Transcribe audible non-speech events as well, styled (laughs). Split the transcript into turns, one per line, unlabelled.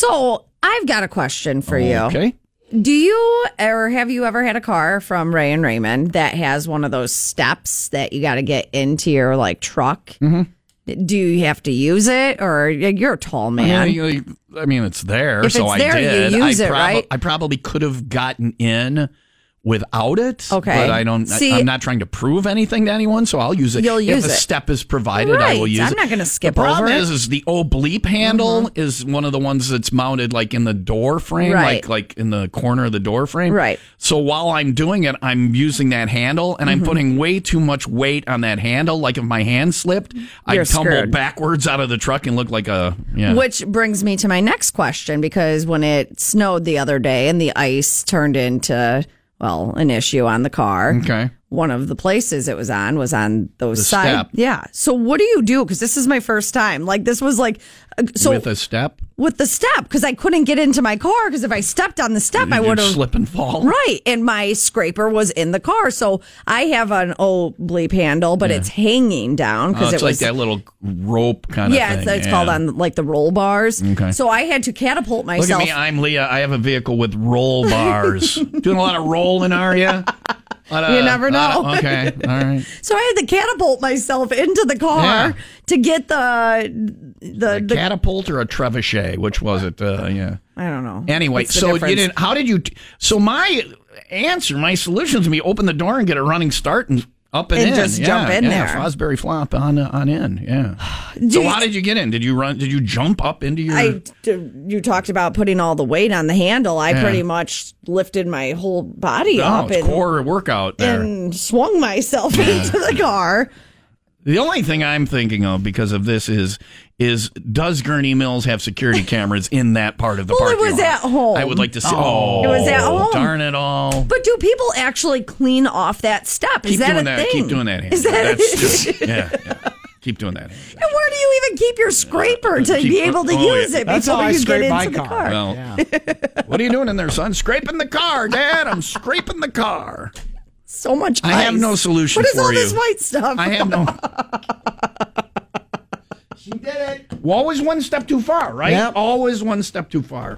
So I've got a question for you.
Okay.
Do you or have you ever had a car from Ray and Raymond that has one of those steps that you got to get into your like truck? Do you have to use it or you're a tall
Mm-hmm. Yeah,
man?
you- I mean, it's there,
If
so
it's
I
there, you
did.
use
I
it, right?
I probably could have gotten in without it.
Okay.
but I don't.
See-
I, am not trying to prove anything to anyone, so I'll use it.
You'll
if
use
a
it.
step is provided, I will
Right.
use
I'm
it.
not gonna skip
The problem
over it. Mm-hmm.
is, is the old bleep handle is one of the ones that's mounted like in the door frame,
Right.
like like in the corner of the door frame,
Right.
So while I'm doing it, I'm using that handle, and I'm
Mm-hmm.
putting way too much weight on that handle. Like if my hand slipped,
You're
I'd tumble
screwed.
backwards out of the truck and look like a yeah.
Which brings me to my next question because when it snowed the other day and the ice turned into, well, an issue on the car.
Okay.
One of the places it was on was on those
The
side.
step.
Yeah. So what do you do? Because this is my first time. Like this was like uh, so
with a step.
with the step because I couldn't get into my car because if I stepped on the step I
You'd
would have
slip and fall.
right and my scraper was in the car so I have an old bleep handle but it's hanging down
Oh,
because
it's
it
like
was
that little rope kind
yeah
of
it's,
thing.
it's called on like the roll bars
Okay.
so I had to catapult
Look at
myself
me, I'm Leah. I have a vehicle with roll
(laughs)
bars. Doing a lot of rolling, are you?
You never know.
okay, all right.
(laughs) so I had to catapult myself into the car
Yeah.
to get the the,
A
the
catapult or a trebuchet? Which was it? Uh, yeah.
I don't know
Anyway,
What's the
so you
difference?
didn't. How did you? T- so my answer, my solution to be open the door and get a running start and up and,
And
in.
just
yeah,
jump in
yeah,
there.
Fosbury flop on uh, on in.
(sighs)
Yeah. so
you-
how did you get in? Did you run? Did you jump up into your?
I you talked about putting all the weight on the handle I
Yeah.
pretty much lifted my whole body
Oh,
up
it's
and
core workout there.
and swung myself (laughs) into the car.
the only thing I'm thinking of because of this is is does Gurney Mills have security cameras in that part of the
Well, it
parking
was
lot?
at home.
I would like to see. Oh,
It was at home.
Darn it all.
But do people actually clean off that step? Is
Keep
that
doing
a
that.
thing?
Keep doing that. Hannah.
Is that a-
That's just, yeah, yeah. Keep doing that. Hannah.
(laughs) and where do you even keep your scraper to
Keep-
be able to
oh,
use
yeah.
it
That's
before
how I
you get
scrape
into
my
the
car.
car?
Well, what are you doing in there, son? Scraping the car, Dad. I'm scraping the car.
So much.
I have
ice.
no solution
What is
for
all
you.
this white stuff?
I have no.
She did it.
Always one step too far, right?
Yep.
Always one step too far.